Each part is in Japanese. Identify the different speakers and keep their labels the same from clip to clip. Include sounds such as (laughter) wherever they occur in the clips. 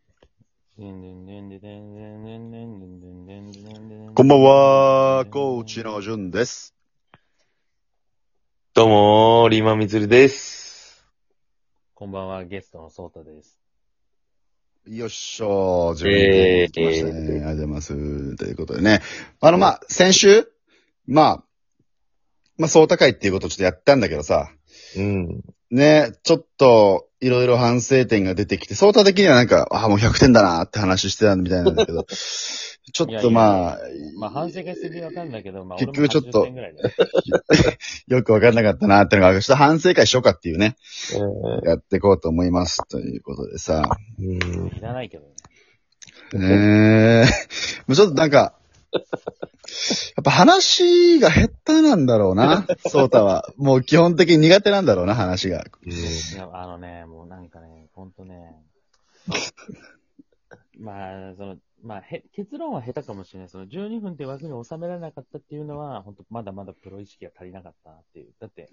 Speaker 1: こ
Speaker 2: こ
Speaker 1: んばんは、コーチの淳です。
Speaker 3: どうもー、リーマンみつるです。
Speaker 2: こんばんは、ゲストのソータです。
Speaker 1: よっしょー、自分で来ましたね。
Speaker 3: えー
Speaker 1: ありがとうございます。ということでね。あの、まあ、先週、まあ、まあ、そう高いっていうことをちょっとやったんだけどさ、
Speaker 3: うん。
Speaker 1: ね、ちょっと、いろいろ反省点が出てきて、相対的にはなんか、ああ、もう100点だなって話してたみたいなんだ (laughs) けど、ちょっとまあ、
Speaker 2: まあ、反省がすぎわかんないけど、まあ、
Speaker 1: 結局ちょっと
Speaker 2: 俺も80点ぐらいだね
Speaker 1: よくわかんなかったなってのが、ちょっと反省会しようかっていうね、やっていこうと思います。ということでさ、
Speaker 3: うん。
Speaker 2: いらないけどね。
Speaker 1: ねえ。もう (laughs) ちょっとなんか、やっぱ話が下手なんだろうな、ソータは。もう基本的に苦手なんだろうな、話が。
Speaker 2: いや、あのね、もうなんかね、ほんとね。 (laughs) まあ、その、まあ、へ結論は下手かもしれない。その12分って枠に収められなかったっていうのは、本当まだまだプロ意識が足りなかったなっていう。だって、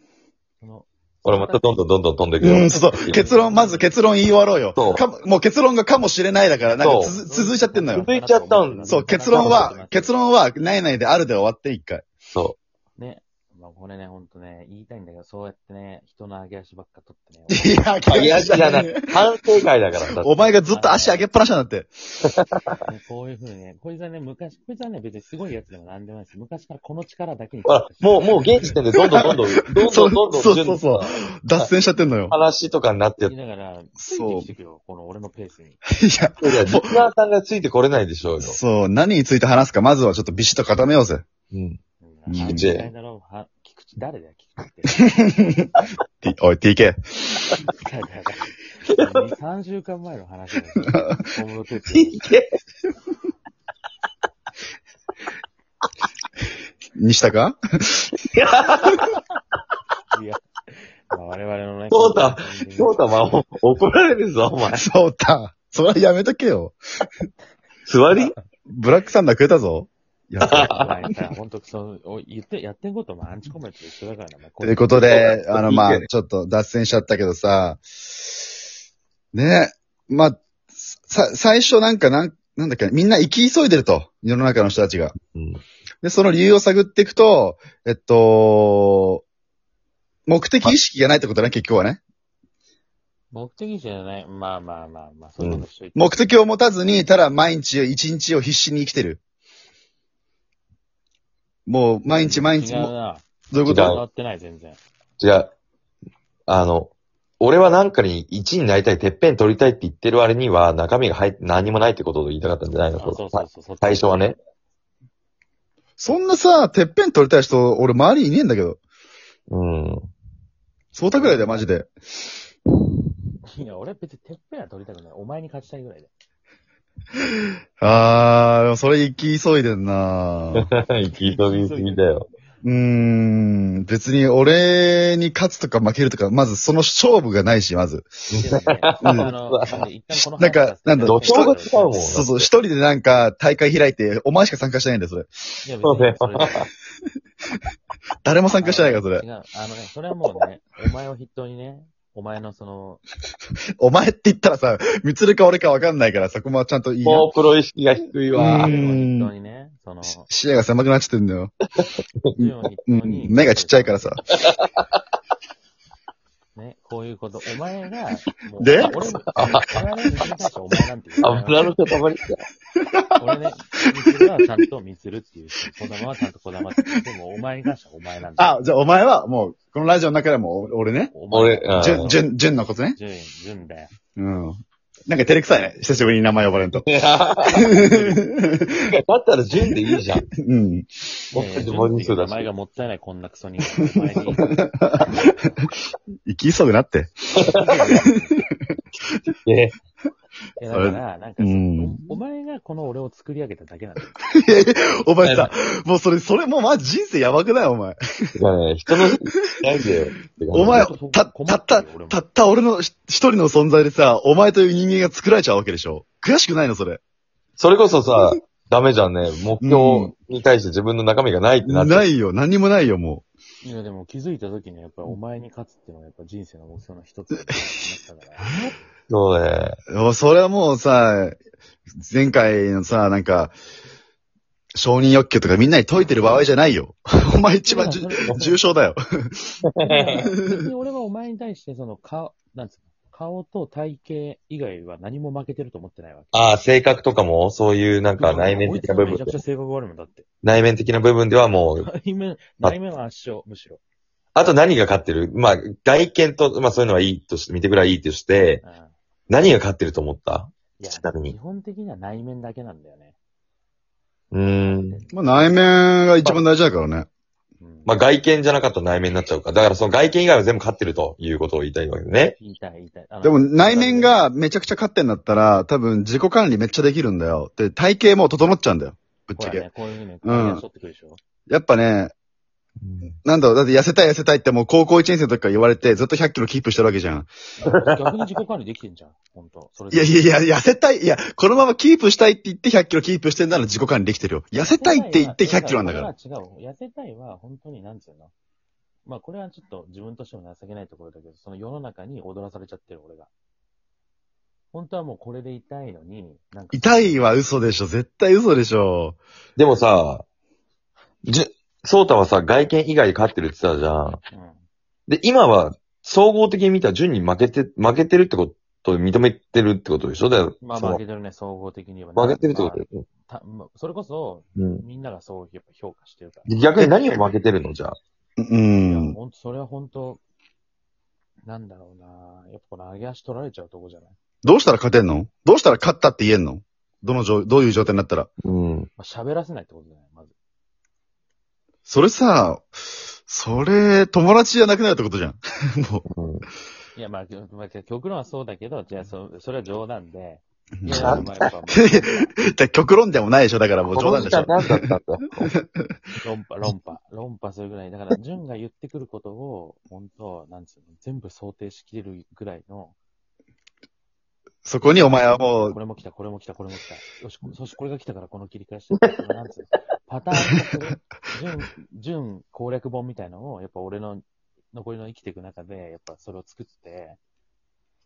Speaker 2: その、
Speaker 3: ほら、またどんどんどんどん飛んでく
Speaker 1: う
Speaker 3: よ。
Speaker 1: ん、そうそう。結論、まず結論言い終わろうよ。
Speaker 3: そう
Speaker 1: かももう結論がかもしれないだから、なんかつづ続いちゃってんのよ。
Speaker 3: 続いちゃったんだ
Speaker 1: そう、結論は、結論は、ないないであるで終わって一
Speaker 3: (laughs)
Speaker 1: 回。
Speaker 3: そ
Speaker 2: ね。まあ、これね、ほんとね、言いたいんだけど、そうやってね、人の上げ足ばっか取っ
Speaker 1: (laughs)
Speaker 2: てね。
Speaker 1: いや、
Speaker 3: う。あ、いや、じゃない。反省会だから。だって
Speaker 1: お前がずっと足上げっぱなしなんだって。
Speaker 2: ねこういうふうにね、こいつはね、昔、こいつはね、別にすごいやつでもなんでもないです。昔からこの力だけに。
Speaker 3: ほら、もう、もう現時点でどんどんどんどん、どんどんどんど
Speaker 1: (laughs)
Speaker 3: ん、
Speaker 1: そうそうそうそう脱線しちゃってんのよ。
Speaker 3: 話とかになって
Speaker 2: 言
Speaker 3: っ
Speaker 2: いながら、つい
Speaker 1: そう
Speaker 2: てきてくよ、この俺のペースに。
Speaker 1: いや、
Speaker 3: て。いや、リスナーさんがついてこれないでしょうよ。
Speaker 1: そう、何について話すか、まずはちょっとビシッと固めようぜ。
Speaker 3: うん。
Speaker 2: うん
Speaker 1: 菊
Speaker 3: 池
Speaker 2: 嫌いだろうは菊池、誰だよ、菊池って。
Speaker 1: T- おい、TK。
Speaker 2: だからだから3週間前の話だよ。小室哲
Speaker 3: いけ
Speaker 1: 西田か
Speaker 2: 也いや、まあ、我々のね。
Speaker 3: そうだ翔太、まあ、お怒られるぞ、お
Speaker 1: (laughs)
Speaker 3: 前。
Speaker 1: そうだ。それはやめとけよ。
Speaker 3: 座り
Speaker 1: ブラックサンダー食えたぞ。やっと
Speaker 2: お前さ、ほんと、そう、お言って、やってんこともアンチコメントと一緒だからな、お前。
Speaker 1: ということで、
Speaker 3: う
Speaker 1: あの、ま
Speaker 3: いい
Speaker 1: あ、ちょっと脱線しちゃったけどさ、ね、まあ、さ、最初なんか、なん、なんだっけ、みんな生き急いでると。世の中の人たちが。
Speaker 3: うん。
Speaker 1: で、その理由を探っていくと、えっと、目的意識がないってことね、結局はね。
Speaker 2: 目的じゃない。まあまあまあまあ、そういうことしといて。
Speaker 1: 目的を持たずに、ただ毎日一日を必死に生きてる。もう、毎日毎日
Speaker 2: 違う
Speaker 1: も、
Speaker 2: な。
Speaker 1: どういうこ
Speaker 2: 伝
Speaker 1: と
Speaker 3: 違う
Speaker 2: わってない、全然。
Speaker 3: じゃあ、あの、俺はなんかに1位になりたい、てっぺん取りたいって言ってる割には、中身が入って何もないってことを言いたかったんじゃないの
Speaker 2: あそうそうそうそう。
Speaker 3: 最初はね。
Speaker 1: そんなさ、てっぺん取りたい人、俺周りいねえんだけど。
Speaker 2: (laughs)
Speaker 3: うん。 (laughs)
Speaker 1: そうたぐらいだよ、マジで。
Speaker 2: いや、俺別にてっぺんは取りたくない。お前に勝ちたいぐらいで。
Speaker 1: あー、でもそれ行き急いでん (laughs) なう
Speaker 3: 聞き取りすぎだよ。
Speaker 1: ーん、別に俺に勝つとか負けるとか、まずその勝負がないし、まず。
Speaker 2: あの、一旦この話
Speaker 1: なんかなんだ
Speaker 3: 土俵が違うもん。
Speaker 1: そうそう、一人でなんか大会開いて、お前しか参加してないんだよ、それ。
Speaker 2: いや別にそれで
Speaker 1: 誰も参加してないから、それ。
Speaker 2: 違う。あのね、それはもうね、お前を筆頭にね、お前のその、
Speaker 1: お前って言ったらさ、みつるか俺かわかんないから、そこもちゃんといい
Speaker 3: も
Speaker 1: よ。
Speaker 3: うプロ意識が低いわ
Speaker 1: う
Speaker 2: 俺。
Speaker 1: ん
Speaker 2: を筆頭にね、その、
Speaker 1: 視野が狭くなっちゃってんだよ。
Speaker 2: 順を筆頭
Speaker 1: うん
Speaker 2: に、
Speaker 1: 目がちっちゃいからさ。
Speaker 2: ね、こういうこと、お前が、もう
Speaker 1: で
Speaker 2: 俺も、俺はね、見つけたしお前なんて (laughs) 言うな
Speaker 3: 油の塊だよ。
Speaker 2: 俺ね、ミツルはちゃんとミツルっていうし、子玉はちゃんと子玉って言う。でも、お前に関してはお前なんだ。
Speaker 1: あ、じゃあお前はもう、このラジオの中でもお俺ね。
Speaker 2: お
Speaker 3: 俺、
Speaker 2: 前、
Speaker 3: う
Speaker 1: じゅん、
Speaker 3: ん。
Speaker 1: じゅん、じゅんのことね。
Speaker 2: 順、順だよ。
Speaker 1: うん。なんか照れくさいね。久しぶりに名前呼ばれんと。
Speaker 3: いやだったら順でいいじ
Speaker 2: (laughs)
Speaker 3: ゃん。
Speaker 1: (laughs) うん。
Speaker 3: 僕たちも人数
Speaker 2: 名
Speaker 3: だし。
Speaker 2: 前がもったいない、こんなクソ人間。お前
Speaker 3: (laughs)
Speaker 2: に。
Speaker 1: 生き急ぐなって。
Speaker 3: ね
Speaker 2: いや、だから、なんか、
Speaker 1: うん
Speaker 2: おお前がこの俺を作り上げただけなんだよ。
Speaker 1: お前さ、もうそれ、それもうまあ人生やばくないお前。
Speaker 3: いやね人の、ないんだよ。
Speaker 2: (laughs)
Speaker 1: お前、た、
Speaker 2: 困
Speaker 1: た
Speaker 2: っ
Speaker 1: っ
Speaker 2: て
Speaker 1: た、
Speaker 2: るよ俺も
Speaker 1: たった俺の一人の存在でさ、お前という人間が作られちゃうわけでしょ。悔しくないのそれ。
Speaker 3: それこそさ、ダメじゃんね。目標に対して自分の中身がないってなっちゃう。
Speaker 1: ないよ。何にもないよ、も
Speaker 2: いや、でも気づいた時にやっぱりお前に勝つっていうのはやっぱ人生の目標の一つになったから。
Speaker 3: そうね。
Speaker 1: う。それはもうさ、前回のさ、なんか、承認欲求とかみんなに解いてる場合じゃないよ。 (laughs) お前一番じゅ重症だよ。
Speaker 2: 別に俺はお前に対して、その顔、なんつうの、顔と体型以外は何も負けてると思ってないわけ。
Speaker 3: ああ、性格とかも、そういうなんか内面的な部
Speaker 2: め
Speaker 3: 分
Speaker 2: ちゃくちゃ性格悪いもんだって。
Speaker 3: 内面的な部分ではもう、
Speaker 2: 内面、内面は圧勝、むしろ。
Speaker 3: あと何が勝ってるまあ、外見と、まあそういうのはいいとして、見てくらいいいとして、
Speaker 2: うん
Speaker 3: 何が勝ってると思った
Speaker 2: いや
Speaker 3: ちなみに
Speaker 2: 基本的には内面だけなんだよね。
Speaker 3: うーん。
Speaker 1: まあ、内面が一番大事だからね。
Speaker 2: うん
Speaker 3: まあ外見じゃなかったら内面になっちゃうから。だからその外見以外は全部勝ってるということを言いたいわけですね。
Speaker 2: 言いたい、言いたい。あの
Speaker 1: でも内面、がめちゃくちゃ勝ってんだったら、多分自己管理めっちゃできるんだよ。で、体型も整っちゃうんだよ。ぶっ
Speaker 2: ほ
Speaker 1: ちゃ
Speaker 2: ら
Speaker 1: け。
Speaker 2: ね、こういうふうに、こ
Speaker 1: う
Speaker 2: うんいうふうにってくるでしょ。
Speaker 1: やっぱね、なんだろう、だって痩せたい痩せたいってもう高校1年生の時から言われて、ずっと100キロキープしてるわけじゃん。
Speaker 2: 逆に自己管理できてんじゃん、本当それ
Speaker 1: いやいやいや、痩せたい、いや、このままキープしたいって言って100キロキープしてんなら自己管理できてるよ。痩せたいって言って100キロなんだから。。
Speaker 2: それは違う。痩せたいは本当に、なんつうの。まあこれはちょっと自分としても情けないところだけど、その世の中に踊らされちゃってる俺が。本当はもうこれで痛いのに、なんか。
Speaker 1: 痛いは嘘でしょ。絶対嘘でしょ。
Speaker 3: でもさ、じゅ、ソータはさ、外見以外で勝ってるって言ってたじゃん。
Speaker 2: うん。
Speaker 3: で、今は、総合的に見たら順に負けて、負けてるってことを認めてるってことでしょだよ。
Speaker 2: まあ
Speaker 3: その
Speaker 2: 負けてるね、総合的に言えば。
Speaker 3: 負けてるってことだよ。
Speaker 2: たまあそれこそ、
Speaker 3: うん。
Speaker 2: みんながそうやっぱ評価してるから。
Speaker 3: 逆に何を負けてるのじゃあ。
Speaker 1: う
Speaker 2: いや、
Speaker 1: ん。
Speaker 2: ほんと、それは本当なんだろうなやっぱこの上げ足取られちゃうとこじゃない
Speaker 1: どうしたら勝てんのどうしたら勝ったって言えんのどの状、どういう状態になったら。
Speaker 3: うん。
Speaker 2: まあ、喋らせないってことじゃないまず。
Speaker 1: それさ、それ、友達じゃなくなるってことじゃん。も
Speaker 3: うん。
Speaker 2: いや、まあ、きょまあ、極論はそうだけど、じゃあ、そ、それは冗談で。
Speaker 1: う。
Speaker 2: い
Speaker 1: い
Speaker 2: や、
Speaker 1: や
Speaker 2: お前やっぱも
Speaker 1: 極論でもないでしょ。だからもう冗談でしょ
Speaker 3: こ。の時間何だったんだ
Speaker 2: う論破、論破、論破するぐらい。だから、純が言ってくることを、本当なんつうの、全部想定しきれるぐらいの。
Speaker 1: そこにお前はもう
Speaker 2: こ、れも来た、これも来た、これも来た。よし、そしてこれが来たから、この切り返して。なんつうの、パターン化する。純、純攻略本みたいなのを、やっぱ俺の、残りの生きていく中で、やっぱそれを作って、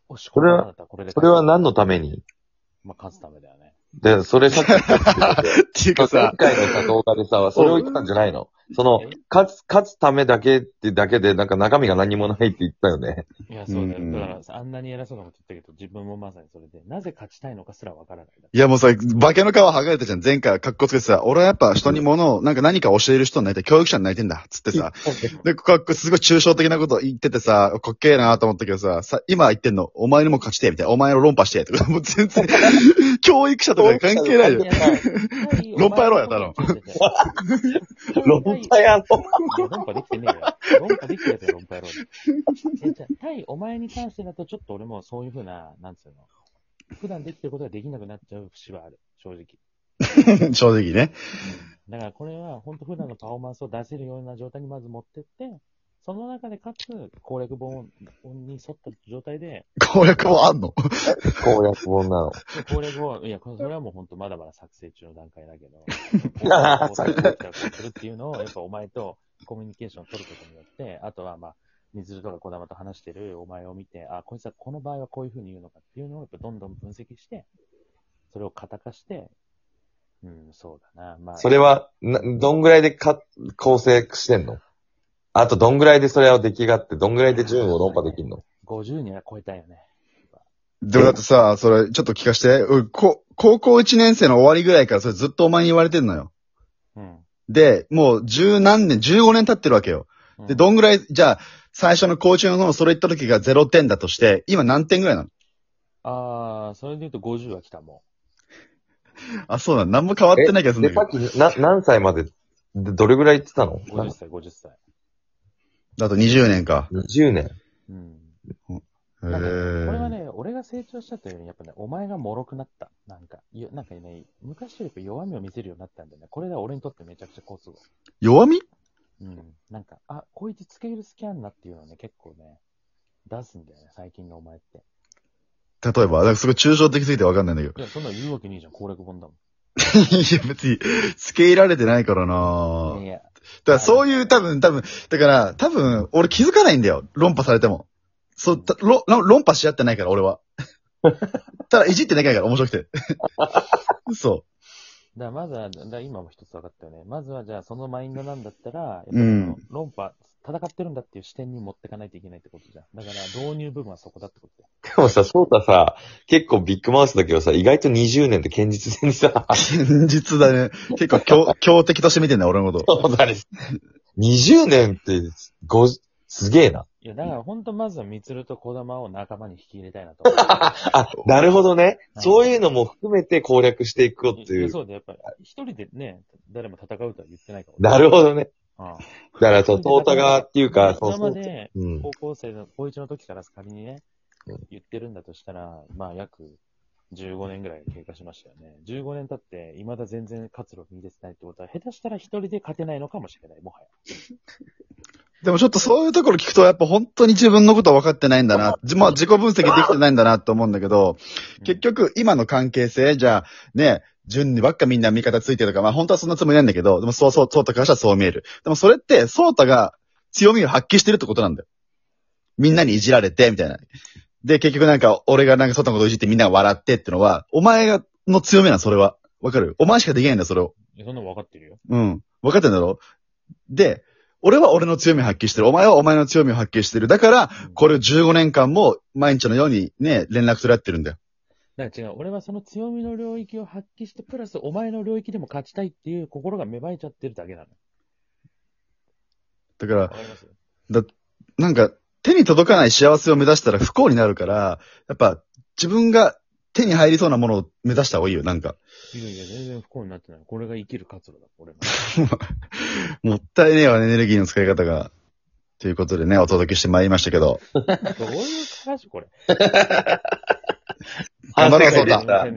Speaker 2: おし、
Speaker 3: それ
Speaker 2: こ
Speaker 3: は
Speaker 2: んなのだったらこれで
Speaker 3: それは何のために
Speaker 2: まあ、勝つためだよね。
Speaker 3: で、それさっき言ったけど
Speaker 1: っていうか
Speaker 3: 前
Speaker 1: さ、
Speaker 3: 回のさ、動画で
Speaker 2: (laughs)
Speaker 3: さ、それを言ってたんじゃないのその、勝つ、勝つためだけってだけで、なんか中身が何もないって言ったよね。
Speaker 2: いや、そうだよ。
Speaker 1: うん
Speaker 2: だからさ、あんなに偉そうなこと言ったけど、自分もまさにそれで、なぜ勝ちたいのかすらわからない。
Speaker 1: いやもうさ、化けの皮剥がれたじゃん。前回は格好つけてさ、俺はやっぱ人に物を、なんか何か教える人になりたい、教育者になりてんだ、つってさ。で、ここすごい抽象的なこと言っててさ、かっけえなと思ったけどさ、さ、今言ってんの、お前にも勝ちてえ、みたいな。お前を論破してえ、とか、 (laughs) もう全然、教育者とか関係ないよ。論破野郎やだろ
Speaker 3: 論破やろ。
Speaker 2: いや、論破できてねえよ。論破できてるやつよ、論破野郎。え、じゃあ、対お前に関してだと、ちょっと俺もそういうふうな、なんつうの。普段できてることができなくなっちゃう節はある、正直。
Speaker 1: (laughs) 正直ね。
Speaker 2: だからこれは、本当普段のパフォーマンスを出せるような状態にまず持ってって、その中でかつ、攻略本に沿った状態で、
Speaker 1: 攻略もあんの。
Speaker 3: 攻略本なの。
Speaker 2: 攻略を、いや、これそれはもう本当まだまだ作成中の段階だけど、こうするっていうのを、やっぱお前とコミュニケーションを取ることによって、あとはまあ、みずるとか小玉と話してるお前を見て、あ、こいつはこの場合はこういうふうに言うのかっていうのをやっぱどんどん分析して、それを型化して、うん、そうだな。まあ、
Speaker 3: それは、などんぐらいでか、構成してんのあと、どんぐらいでそれを出来上がって、どんぐらいで順を論破できんの
Speaker 2: 50人は超えたいよね。
Speaker 1: でもだってさ、それ、ちょっと聞かして。俺こ高校1年生の終わりぐらいからそれずっとお前に言われてんのよ。
Speaker 2: うん。
Speaker 1: で、もう十何年、15年経ってるわけよ。
Speaker 2: うん
Speaker 1: で、どんぐらい、じゃあ、最初の高中の方それ言った時が0点だとして、今何点ぐらいなの
Speaker 2: ああ、それで言うと50は来たもん。
Speaker 1: あ、そうなの。何も変わってない気がする
Speaker 3: で、
Speaker 1: ん
Speaker 3: さ
Speaker 1: だ
Speaker 3: っ
Speaker 1: け
Speaker 3: き、な、何歳まで、でどれぐらい言ってたの
Speaker 2: 50歳、50歳。
Speaker 1: ど。あと20年か。
Speaker 3: ?20 年。
Speaker 2: うん。
Speaker 1: へ
Speaker 2: なんかねこれは
Speaker 1: え。
Speaker 2: ね、俺が成長したというより、やっぱね、お前が脆くなった。なんか、よなんかね、昔よりやっぱ弱みを見せるようになったんだよね。これが俺にとってめちゃくちゃ好都合。
Speaker 1: 弱み
Speaker 2: うん。なんか、あ、こいつつけ入る好きやんなっていうのをね、結構ね、出すんだよね、最近のお前って。
Speaker 1: 例えば、だからすごい抽象的すぎてわかんないんだけど。
Speaker 2: いや、そんなの言うわけねえじゃん、攻略本だもん。
Speaker 1: いや、別に、付け入られてないからない
Speaker 2: やいや、
Speaker 1: だからそういう多分、多分、だから
Speaker 2: (laughs)
Speaker 1: 多分、俺気づかないんだよ。論破されても。そう、たろ論論破し合ってないから、俺は。ただ、いじってなきゃいけないから、面白くて。そ
Speaker 2: だからまずは、だから今も一つ分かったよね。まずは、じゃあ、そのマインドなんだったら、やっぱり
Speaker 1: うん
Speaker 2: 論破、戦ってるんだっていう視点に持ってかないといけないってことじゃん。だから、導入部分はそこだってことだよ。
Speaker 3: でもさ、翔太さ、結構ビッグマウスだけどさ、意外と20年って堅実にさ、
Speaker 1: う。現実だね。結構強、強敵として見てんだ、俺のこと。
Speaker 3: そうだね。20年って、ご、すげえな。
Speaker 2: いや、だから、本当まずは、みつると児玉を仲間に引き入れたいな
Speaker 3: (laughs)
Speaker 2: と思う。
Speaker 3: あ、なるほどね。そういうのも含めて攻略していこうって
Speaker 2: い
Speaker 3: い
Speaker 2: や
Speaker 3: う。
Speaker 2: そうだよ、やっぱり、一人でね、誰も戦うとは言ってないから。
Speaker 3: なるほどね。
Speaker 2: うん
Speaker 3: だから、そう、トータがっていうか、そう
Speaker 2: 今
Speaker 3: そ
Speaker 2: ま
Speaker 3: う。
Speaker 2: で、
Speaker 3: うん。
Speaker 2: 高校生の、高一の時から仮にね
Speaker 3: うん、
Speaker 2: 言ってるんだとしたら、まあ約15年ぐらい経過しましたよね。15年経って、未だ全然活路を見出せないってことは、下手したら一人で勝てないのかもしれない、もはや。
Speaker 1: でもちょっとそういうところ聞くと、やっぱ本当に自分のこと分かってないんだな。じまあ自己分析できてないんだなと思うんだけど、結局今の関係性、じゃあね、順にばっかみんな味方ついてるとか、まあ本当はそんなつもりなんだけど、でもそうそう、そうたからしたらそう見える。でもそれって、そうたが強みを発揮してるってことなんだよ。みんなにいじられて、みたいな。で、結局なんか、俺がなんかそうたのこといじってみんなが笑ってってのは、お前がの強みなの、それは。わかるお前しかできないんだよ、それを。
Speaker 2: いやそんなの分かってるよ。
Speaker 1: うん。分かってんだろで、俺は俺の強みを発揮してる。お前はお前の強みを発揮してる。だから、これを15年間も毎日のようにね、連絡取り合ってるんだよ。
Speaker 2: だから違う、俺はその強みの領域を発揮して、プラスお前の領域でも勝ちたいっていう心が芽生えちゃってるだけなの。
Speaker 1: だから
Speaker 2: わ、かります
Speaker 1: なんか、手に届かない幸せを目指したら不幸になるから、やっぱ、自分が手に入りそうなものを目指した方がいいよ、なんか。
Speaker 2: いやいや、全然不幸になってない。これが生きる活路だ、 (laughs) 俺の。
Speaker 1: もったいねえわ、エネルギーの使い方が。ということでね、お届けしてまいりましたけど。
Speaker 2: どういう話これ。
Speaker 1: 頑張ろう、そう
Speaker 2: すいま。せん
Speaker 1: た
Speaker 3: Ah,
Speaker 2: でした